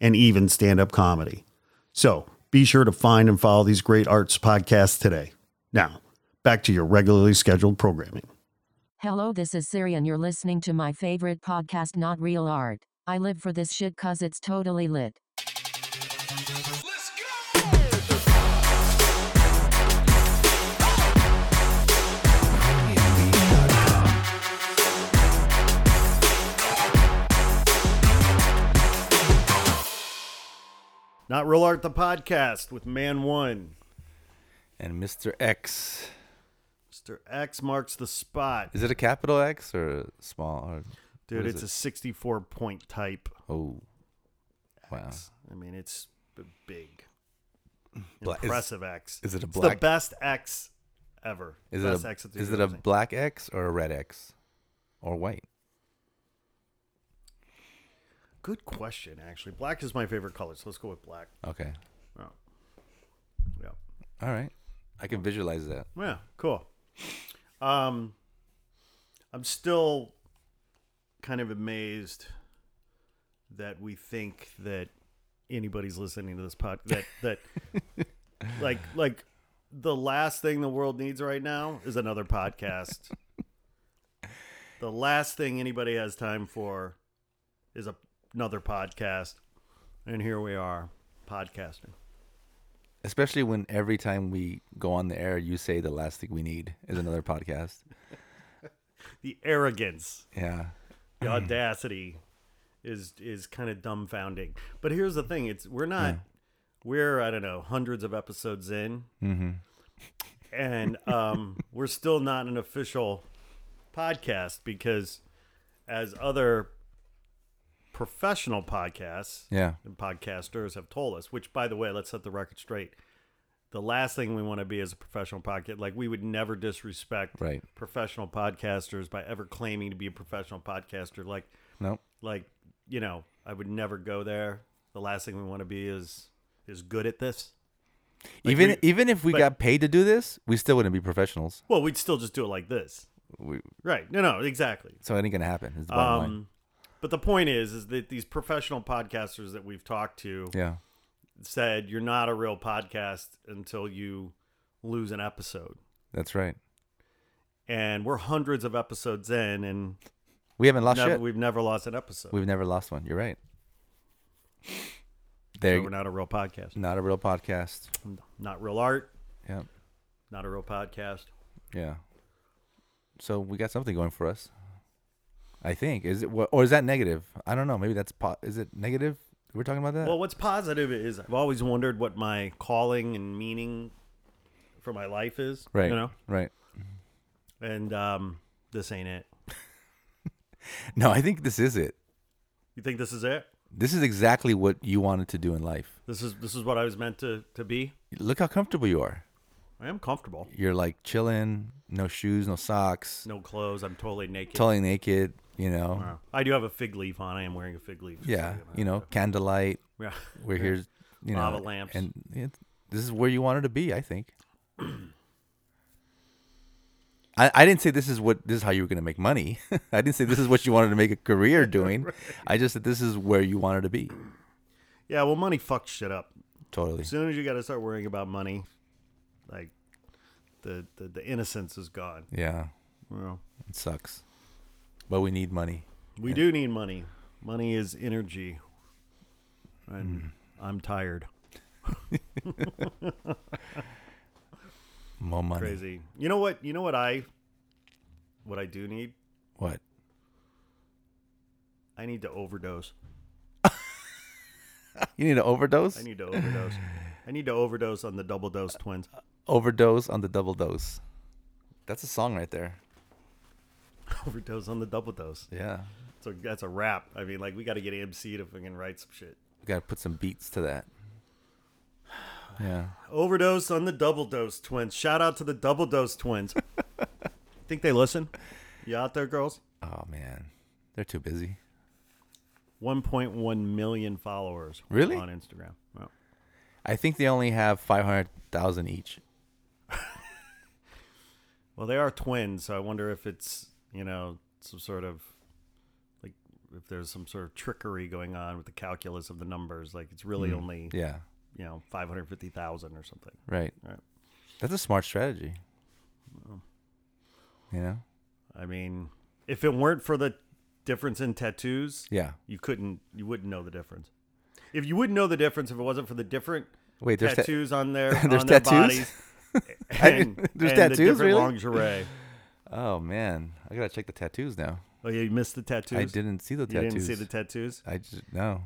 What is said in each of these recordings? and even stand up comedy. So be sure to find and follow these great arts podcasts today. Now, back to your regularly scheduled programming. Hello, this is Siri, and you're listening to my favorite podcast, Not Real Art. I live for this shit cuz it's totally lit. Not Real Art, the podcast with Man One. and Mr. X. Mr. X marks the spot. Is it a capital X or a small? Or Dude, what is it's a 64 point type. it? oh, wow. X. I mean, it's b- big. Black- is- Impressive X. is it a It's the black- best X ever. Is best it a X that they're is it a using. black X or a red X or white? Good question, actually. Black is my favorite color, so let's go with black. Okay, Oh. Yeah. all right. I can visualize that. Yeah, cool. Um, I'm still kind of amazed that we think that anybody's listening to this pod that that like like the last thing the world needs right now is another podcast. the last thing anybody has time for is a, another podcast, and here we are podcasting. Especially when every time we go on the air, you say the last thing we need is another podcast. The arrogance Yeah, the audacity is is kind of dumbfounding. But here's the thing: it's we're not we're I don't know hundreds of episodes in, Mm-hmm. and um, we're still not an official podcast because as other professional podcasts yeah. and podcasters have told us, which by the way, let's set the record straight. The last thing we want to be is a professional podcast. Like we would never disrespect Right. professional podcasters by ever claiming to be a professional podcaster. Like Nope. like, you know, I would never go there. The last thing we want to be is is good at this. even we- even if we but- got paid to do this, we still wouldn't be professionals. Well, we'd still just do it like this. We, Right. No, no, exactly. so it ain't gonna happen. Is the bottom line. Um but the point is is that these professional podcasters that we've talked to Yeah. said you're not a real podcast until you lose an episode. That's right. and we're hundreds of episodes in, and We haven't lost never, yet. we've never lost an episode. We've never lost one. You're right. so There, we're not a real podcast, not a real podcast. not real art, Yeah, not a real podcast. yeah. So we got something going for us. I think is it wha- or is that negative? I don't know. Maybe that's po- is it negative? We're talking about that. Well, what's positive is I've always wondered what my calling and meaning for my life is. right. You know, Right. and um, this ain't it. No, I think this is it. You think this is it? This is exactly what you wanted to do in life. This is this is what I was meant to to be. Look how comfortable you are. I am comfortable. You're like chilling, no shoes, no socks, No clothes. I'm totally naked. totally naked. You know. Uh, I do have a fig leaf on. I am wearing a fig leaf. just Yeah. so You know, candlelight. Yeah. We're here, you know, Lava lamps. and it, this is where you wanted to be. I think. I, I didn't say this is what this is how you were going to make money. I didn't say this is what you wanted to make a career doing. I just said this is where you wanted to be. Yeah. Well, money fucks shit up. Totally. As soon as you got to start worrying about money, like the the, the innocence is gone. Yeah, Well, it sucks, but we need money. we do need money. Money is energy, and I'm tired. More money. Crazy. You know what? You know what I what I do need. What? I need to overdose. You need to overdose. I need to overdose. I need to overdose on the double dose twins. overdose on the double dose. That's a song right there. Overdose on the double dose. Yeah. So that's a wrap. I mean, like we got to get MC to fucking write some shit. got to put some beats to that. Yeah. Overdose on the Double Dose Twins. Shout out to the Double Dose Twins. Think they listen? You out there, girls? Oh man, they're too busy. 1.1 million followers. Really? On Instagram. Wow. I think they only have five hundred thousand each. Well, they are twins, so I wonder if it's, you know, some sort of like if there's some sort of trickery going on with the calculus of the numbers. Like it's really only, Mm. Yeah. you know, 550,000 or something. Right. Right. That's a smart strategy. You know? I mean, if it weren't for the difference in tattoos, Yeah. you couldn't, you wouldn't know the difference. If you wouldn't know the difference if it wasn't for the different Wait, there's ta- tattoos on their there's on their tattoos? bodies. And, There's and tattoos, the different really? lingerie. Oh man, I gotta check the tattoos now. Oh yeah, you missed the tattoos. I didn't see the You tattoos. didn't see the tattoos. I just no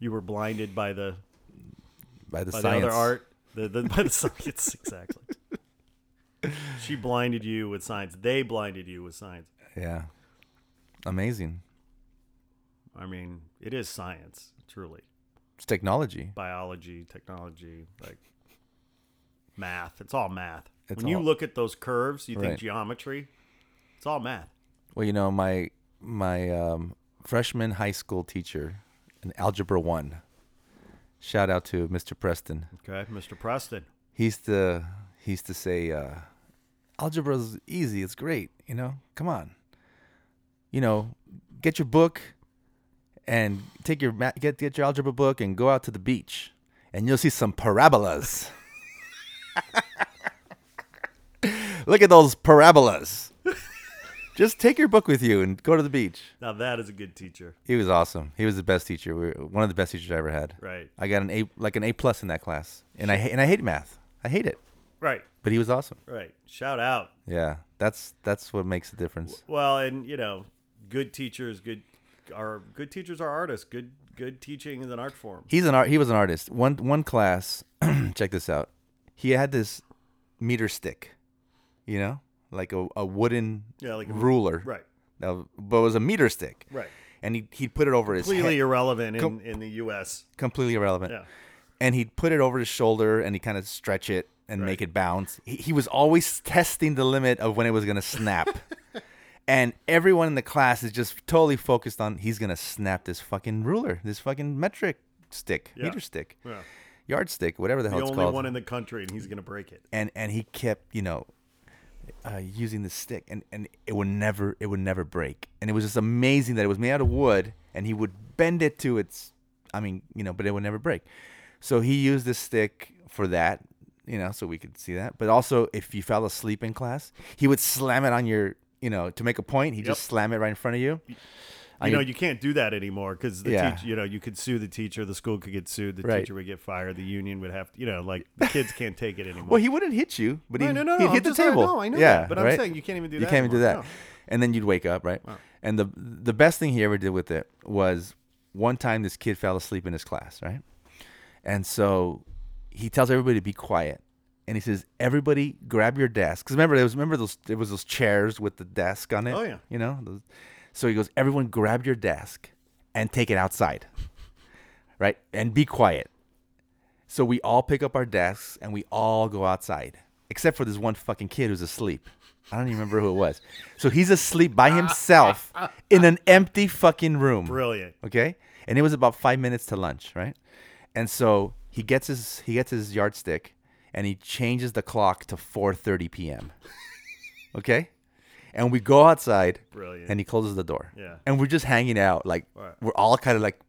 You were blinded by the by the by science. the other art. The, the by the science exactly. She blinded you with science. They blinded you with science. Yeah. Amazing. I mean, it is science, truly. It's technology. Biology, technology, like math. It's all math. It's when you all- look at those curves, you Right. think geometry. It's all math. Well, you know, my my um, freshman high school teacher in algebra one. Shout out to Mr. Preston. Okay, Mr. Preston. He used to he used to say, uh, "Algebra's easy. It's great. You know, come on. You know, get your book and take your ma- get get your algebra book and go out to the beach, and you'll see some parabolas. Look at those parabolas. Just take your book with you and go to the beach. Now that is a good teacher. He was awesome. He was the best teacher. We were, one of the best teachers I ever had. Right. I got an A, like an A plus in that class, and I ha- and I hate math. I hate it, Right. but he was awesome. Right. Shout out. Yeah, that's that's what makes the difference. Well, and you know, good teachers, good are good teachers are artists. Good good teaching is an art form. He's an art. He was an artist. One one class. check this out. He had this meter stick, you know, like a, a wooden Yeah, like a- ruler, Right. Now, but it was a meter stick, Right. And he he'd put it over his Completely head, irrelevant in, Com- in the US. completely irrelevant. Yeah. and he'd put it over his shoulder and he kind of stretch it and make Right. it bounce. He, he was always testing the limit of when it was gonna snap. and everyone in the class is just totally focused on he's gonna snap this fucking ruler, this fucking metric stick, Yeah. meter stick, Yeah. yardstick, whatever the The hell it's only called. one in the country and he's gonna break it. and and he kept you know uh, using the stick and and it would never it would never break. And it was just amazing that it was made out of wood and he would bend it to its I mean, you know, but it would never break. So he used this stick for that, you know, so we could see that. But also if you fell asleep in class, he would slam it on your you know, to make a point, he would just Yep. slam it right in front of you. I You know, could- you can't do that anymore because the Yeah. teach you know, you could sue the teacher, the school could get sued, the Right. teacher would get fired, the union would have to you know, like the kids can't take it anymore. Well, he wouldn't hit you, but he, No, no, no, he'd no, hit I'm the just- I table. know, I know yeah, that, but I'm right? saying you can't even do You that can't even do that. anymore, And then you'd wake up, right? And the the best thing he ever did with it was one time this kid fell asleep in his class, right? And so he tells everybody to be quiet, and he says, "Everybody, grab your desk." Because remember, there was remember those there was those chairs with the desk on it. Oh, yeah. you know. Those. So he goes, "Everyone, grab your desk and take it outside, right? And be quiet." So we all pick up our desks and we all go outside, except for this one fucking kid who's asleep. I don't even remember who it was. So he's asleep by himself in an empty fucking room. Brilliant. Okay? And it was about five minutes to lunch, right? And so he gets his he gets his yardstick and he changes the clock to 4:30 p.m. Okay? And we go outside Brilliant. and he closes the door. Yeah. And we're just hanging out like Right. we're all kind of like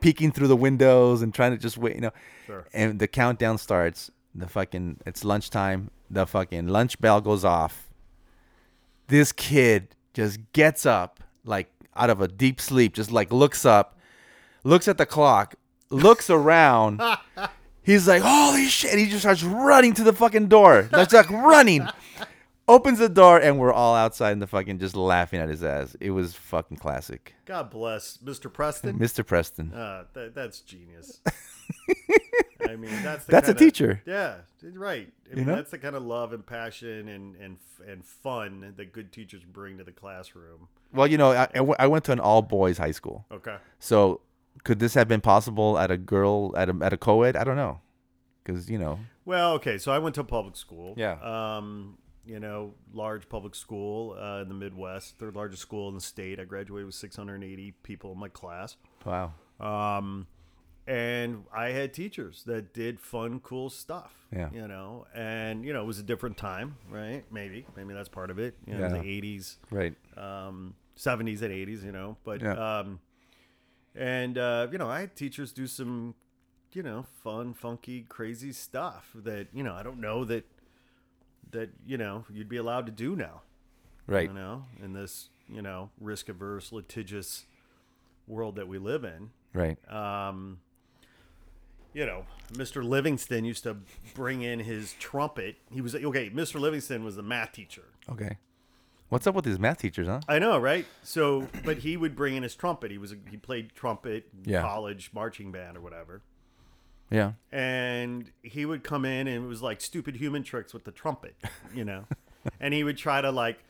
peeking through the windows and trying to just wait, you know. Sure. And the countdown starts. The fucking it's lunchtime. The fucking lunch bell goes off. This kid just gets up like out of a deep sleep, just like looks up, looks at the clock, looks around. He's like, holy shit. He just starts running to the fucking door. Like, like running. Opens the door, and we're all outside in the fucking just laughing at his ass. It was fucking classic. God bless Mr. Preston. Mr. Preston. Uh, tha- that's genius. I mean, that's the That's a kinda- teacher. Yeah, right. I mean, know? that's the kind of love and passion and and f- and fun that good teachers bring to the classroom. Well, you know, I, I went- I went to an all boys high school. Okay, So could this have been possible at a girl at a at a co-ed? I don't know, because you know, Well, okay, so I went to public school. Yeah. Um, you know, large public school uh, in the Midwest, third largest school in the state. I graduated with 680 people in my class. wow, Um, and I had teachers that did fun, cool stuff. Yeah. You know, and, you know, it was a different time, right? Maybe. Maybe that's part of it. You know, Yeah. the 80s right, um, 70s and 80s, you know. But, Yeah. um, and, uh, you know, I had teachers do some, you know, fun, funky, crazy stuff that, you know, I don't know that, that, you know, you'd be allowed to do now, right, you know, in this, you know, risk averse, litigious world that we live in. right, Um, you know, Mr. Livingston used to bring in his trumpet. He was okay. Mr. Livingston was the math teacher. okay. What's up with these math teachers, huh? I know, right? So, but he would bring in his trumpet. He was a, he played trumpet, in Yeah. college marching band or whatever, Yeah, and he would come in and it was like stupid human tricks with the trumpet, you know, and he would try to like,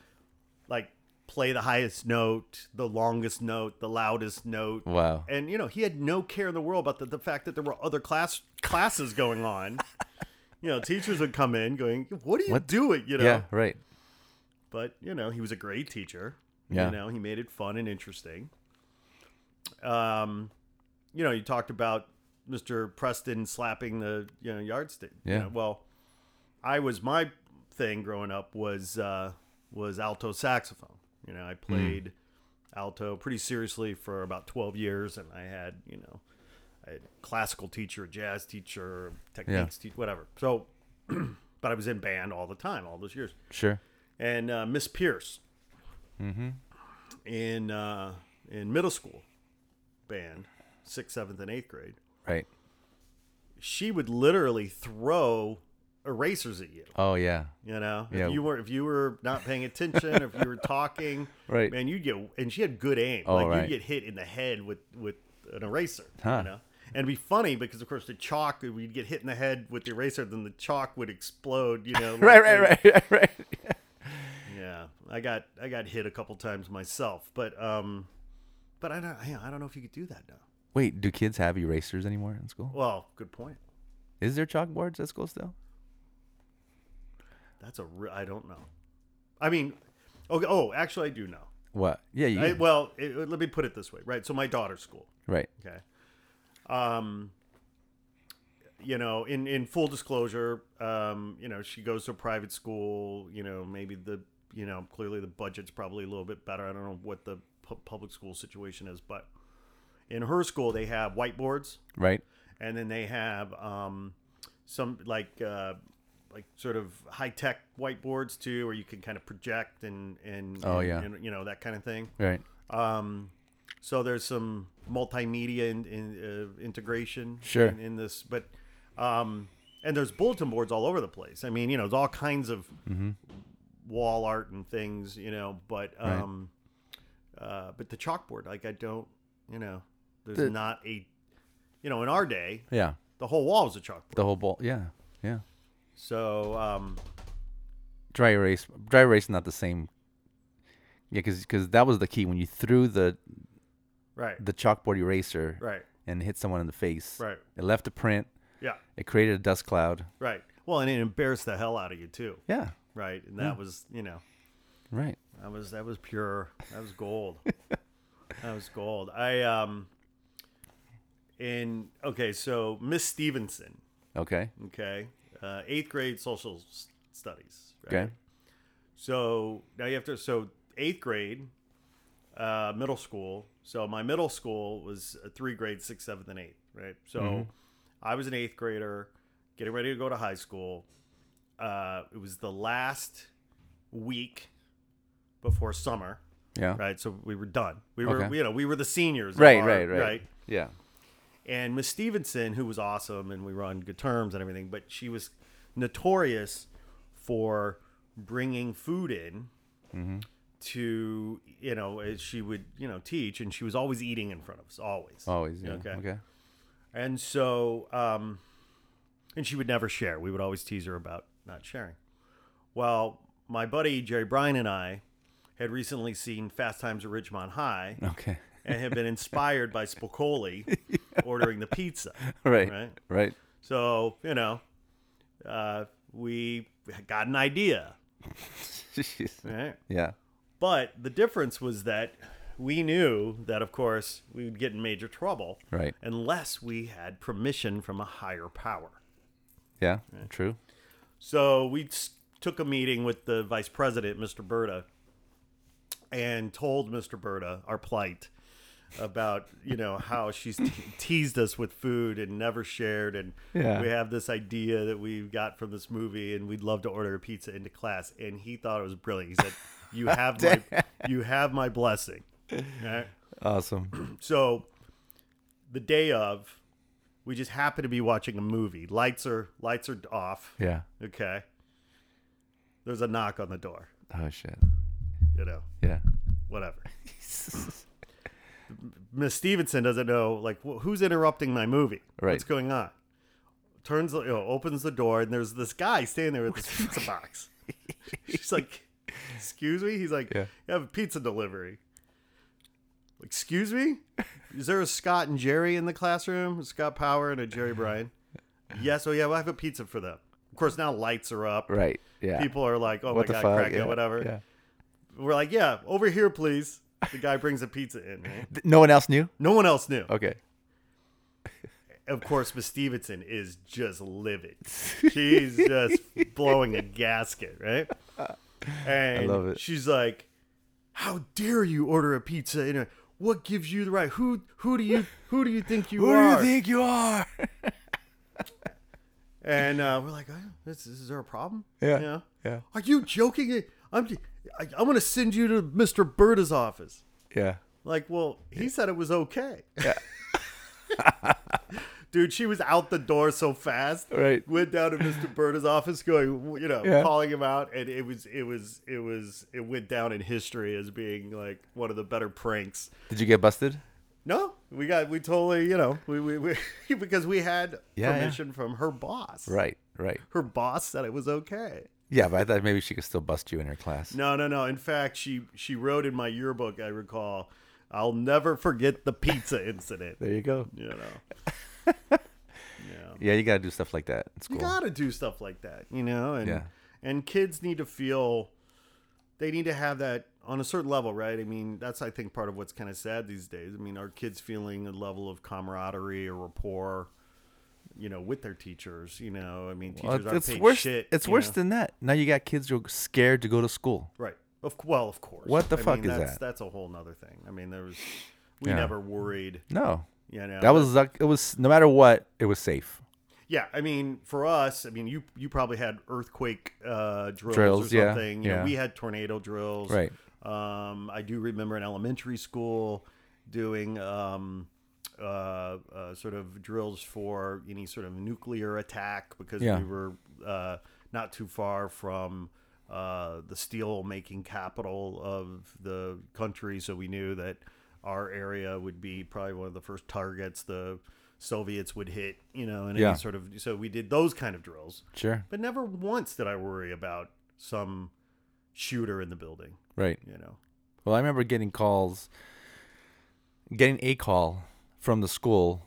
like play the highest note, the longest note, the loudest note. wow, And you know, he had no care in the world about the, the fact that there were other class classes going on. you know, teachers would come in going, "What are you What? doing?" You know, yeah, right, but you know he was a great teacher Yeah. you know he made it fun and interesting um you know you talked about mr preston slapping the you know yardstick you Yeah. know, well i was my thing growing up was uh was alto saxophone you know i Hmm. played alto pretty seriously for about 12 years and i had you know I had a classical teacher a jazz teacher techniques teacher whatever so but i was in band all the time all those years sure, and uh, Miss Pierce Mm-hmm. in uh, in middle school band, sixth, seventh, and eighth grade. right. She would literally throw erasers at you. Oh yeah, You know, Yeah. if you were if you were not paying attention, if you were talking, Right. Man, you'd get and she had good aim. Oh, like right. you'd get hit in the head with with an eraser. Huh. You know. And it'd be funny because, of course, the chalk, we'd get hit in the head with the eraser, then the chalk would explode, you know. like right, in- right, right, right, right. Yeah, I got I got hit a couple times myself, but um, but I don't I don't know if you could do that now. Wait, do kids have erasers anymore in school? Well, good point. Is there chalkboards at school still? That's a re- I don't know. I mean, okay. Oh, actually, I do know. What? Yeah, you, I, well, it, let me put it this way, right? So my daughter's school, right. okay. Um, you know, in in full disclosure, um, you know, she goes to a private school. You know, maybe the you know clearly the budget's probably a little bit better. I don't know what the pu- public school situation is, but in her school they have whiteboards Right. and then they have um, some like uh, like sort of high tech whiteboards too, where you can kind of project and and Oh, and- yeah. and, you know that kind of thing. Right. Um, so there's some multimedia in, in, uh, integration Sure. in, in this, but um, and there's bulletin boards all over the place. I mean, you know, there's all kinds of Mm-hmm. wall art and things, you know, but um, uh, but the chalkboard, like I don't, you know, there's The- not a, you know, in our day, Yeah. the whole wall was a chalkboard. The whole ball. Yeah. Yeah. So um, Dry erase. Dry erase not the same. Yeah, because that was the key when you threw the right, the chalkboard eraser right, and hit someone in the face. Right. It left a print. yeah, It created a dust cloud. right. Well, and it embarrassed the hell out of you too, Yeah. right? And Hmm. that was, you know, Right. That was that was pure. That was gold. that was gold. I um in okay, so Miss Stevenson, Okay. okay, uh, eighth grade social s- studies. Right? Okay. So now you have to so eighth grade, uh, middle school. So my middle school was a three grade, sixth, seventh, and eighth. Right. So I was an eighth grader, getting ready to go to high school. Uh, it was the last week before summer. Yeah. Right. So we were done. We were, Oh. Okay. you know, we were the seniors. of Right. our- Right. Right. Yeah. and Miss Stevenson, who was awesome, and we were on good terms and everything, but she was notorious for bringing food in Mm-hmm. to you know as she would you know teach, and she was always eating in front of us, always, Always. Yeah. Okay. Okay. And so, um, and she would never share. We would always tease her about not sharing. Well, my buddy Jerry Bryan and I had recently seen Fast Times at Ridgemont High Okay. and have been inspired by Spicoli ordering the pizza. Right. Right. Right. So, you know, uh, we got an idea, right? yeah. But the difference was that we knew that, of course, we would get in major trouble Right. unless we had permission from a higher power. Yeah. True. So we s- took a meeting with the vice president, Mr. Berta, and told Mr. Berta our plight about you know how she's te- teased us with food and never shared and Yeah. we have this idea that we got from this movie and we'd love to order a pizza into class and he thought it was brilliant he said you have my you have my blessing Right? Awesome. so the day of we just happen to be watching a movie lights are lights are off Yeah. Okay. There's a knock on the door, Oh shit. you know, Yeah. whatever. Miss Stevenson doesn't know, like, wh- who's interrupting my movie? Right. What's going on? Turns, you know, opens the door, and there's this guy standing there with this pizza box. She's like, Excuse me? He's like, Yeah. You have a pizza delivery. Excuse me? Is there a Scott and Jerry in the classroom? A Scott Power and a Jerry Bryan? yes. Oh, yeah. Well, I have a pizza for them. Of course, now lights are up. Right. Yeah. People are like, oh What the my God, fuck? crack it, yeah. whatever. Yeah. We're like, yeah, over here, please. The guy brings a pizza in. right? Th- No one else knew. No one else knew. Okay. Of course, Miss Stevenson is just livid. She's just blowing a gasket, right? And love it. she's like, how dare you order a pizza? in a what gives you the right? Who who do you who do you think you Who are? do you think you are? And uh, we're like, oh, this, is there a problem? Yeah, You know? yeah. Are you joking? I'm I, I'm gonna send you to Mr. Berta's office. yeah. Like, well, he said it was okay. Dude, she was out the door so fast. Right. Went down to Mr. Berta's office going, you know, Yeah. calling him out and it was it was it was it went down in history as being like one of the better pranks. Did you get busted? No, we got we totally, you know, we we, we because we had Yeah, yeah. permission from her boss. Right. Right. Her boss said it was okay. Yeah, but I thought maybe she could still bust you in her class. No, no, no. In fact, she she wrote in my yearbook, I recall, I'll never forget the pizza incident. There you go. you know Yeah, you gotta do stuff like that in school. you gotta do stuff like that you know and Yeah. and kids need to feel they need to have that on a certain level right i mean that's i think part of what's kind of sad these days i mean are kids feeling a level of camaraderie or rapport you know with their teachers you know i mean teachers Well, aren't it's paid worse. shit it's you worse know? than that. Now you got kids who are scared to go to school. right of c- well of course What the I fuck mean, is that's, that? that's a whole nother thing i mean there was we Yeah. never worried No, you know that was like it was no matter what, it was safe. Yeah, I mean, for us, I mean, you you probably had earthquake uh, drills, Drills, or yeah, something. You know, yeah. we had tornado drills. Right. Um, I do remember in elementary school doing um, uh, uh, sort of drills for any sort of nuclear attack because Yeah. we were uh, not too far from uh, the steel making capital of the country, so we knew that our area would be probably one of the first targets the Soviets would hit. You know, and Yeah. any sort of so we did those kind of drills, Sure. but never once did I worry about some shooter in the building. Right. You know, Well, I remember getting calls, getting a call from the school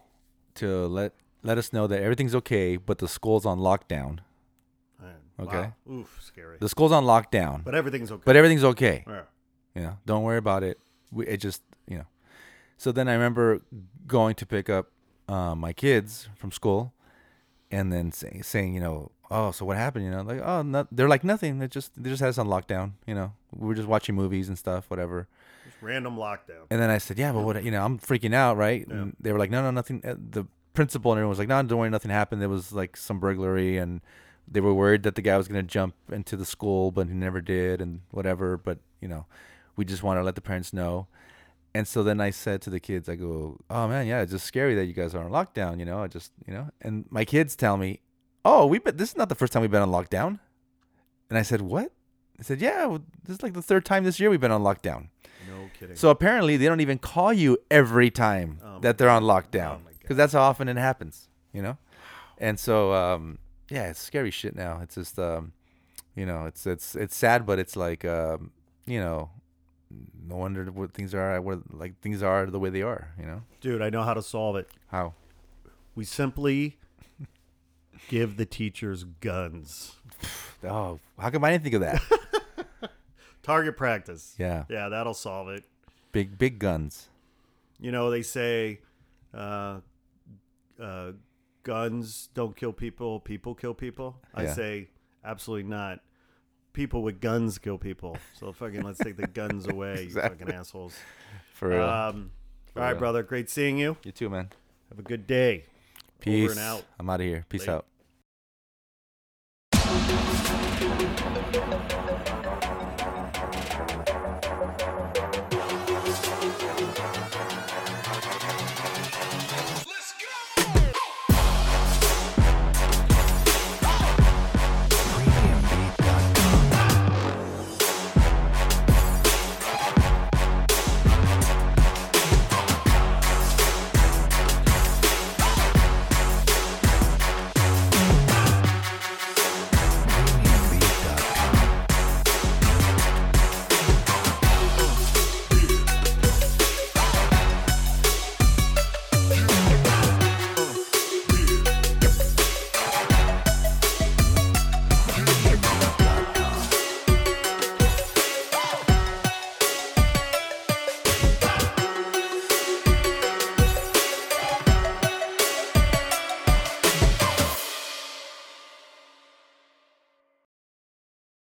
to let let us know that everything's okay, but the school's on lockdown. And, Okay. wow, oof, scary. The school's on lockdown, but, But everything's okay. everything's okay. Yeah. You know, don't worry about it. We, it just you know. So then I remember going to pick up uh, my kids from school, and then say, saying, you know, oh, so what happened? You know, like oh, no, they're like nothing. It just they just had us on lockdown. You know, we were just watching movies and stuff, whatever. Just random lockdown. And then I said, "Yeah, but what? You know, I'm freaking out, right?" And they were like, "No, no, nothing." uh, The principal and everyone was like, "No, don't worry, nothing happened. There was like some burglary, and they were worried that the guy was going to jump into the school, but he never did, and whatever." But you know, we just want to let the parents know. And so then I said to the kids, "I go, oh man, yeah, it's just scary that you guys are on lockdown. You know, I just, you know." And my kids tell me, "Oh, we have this is not the first time we've been on lockdown." And I said, "What?" I said, "Yeah, well, this is like the third time this year we've been on lockdown." No kidding. So apparently they don't even call you every time Oh my that they're on Oh lockdown my because that's how often it happens, you know. And so um, yeah, it's scary shit now. It's just um, you know, it's it's it's sad, but it's like um, you know, no wonder what things are what like things are the way they are. You know Dude, I know how to solve it. how? We simply give the teachers guns. Oh, how come I didn't think of that? Target practice. Yeah. Yeah, that'll solve it. big big guns. You know, they say uh, uh, guns don't kill people, people kill people. I Yeah. say absolutely not. People with guns kill people. So fucking let's take the guns away, you fucking assholes. For real. Um, all right, real. brother. Great seeing you. you too, man. Have a good day. Peace. and out. I'm out of here. Peace Later. out.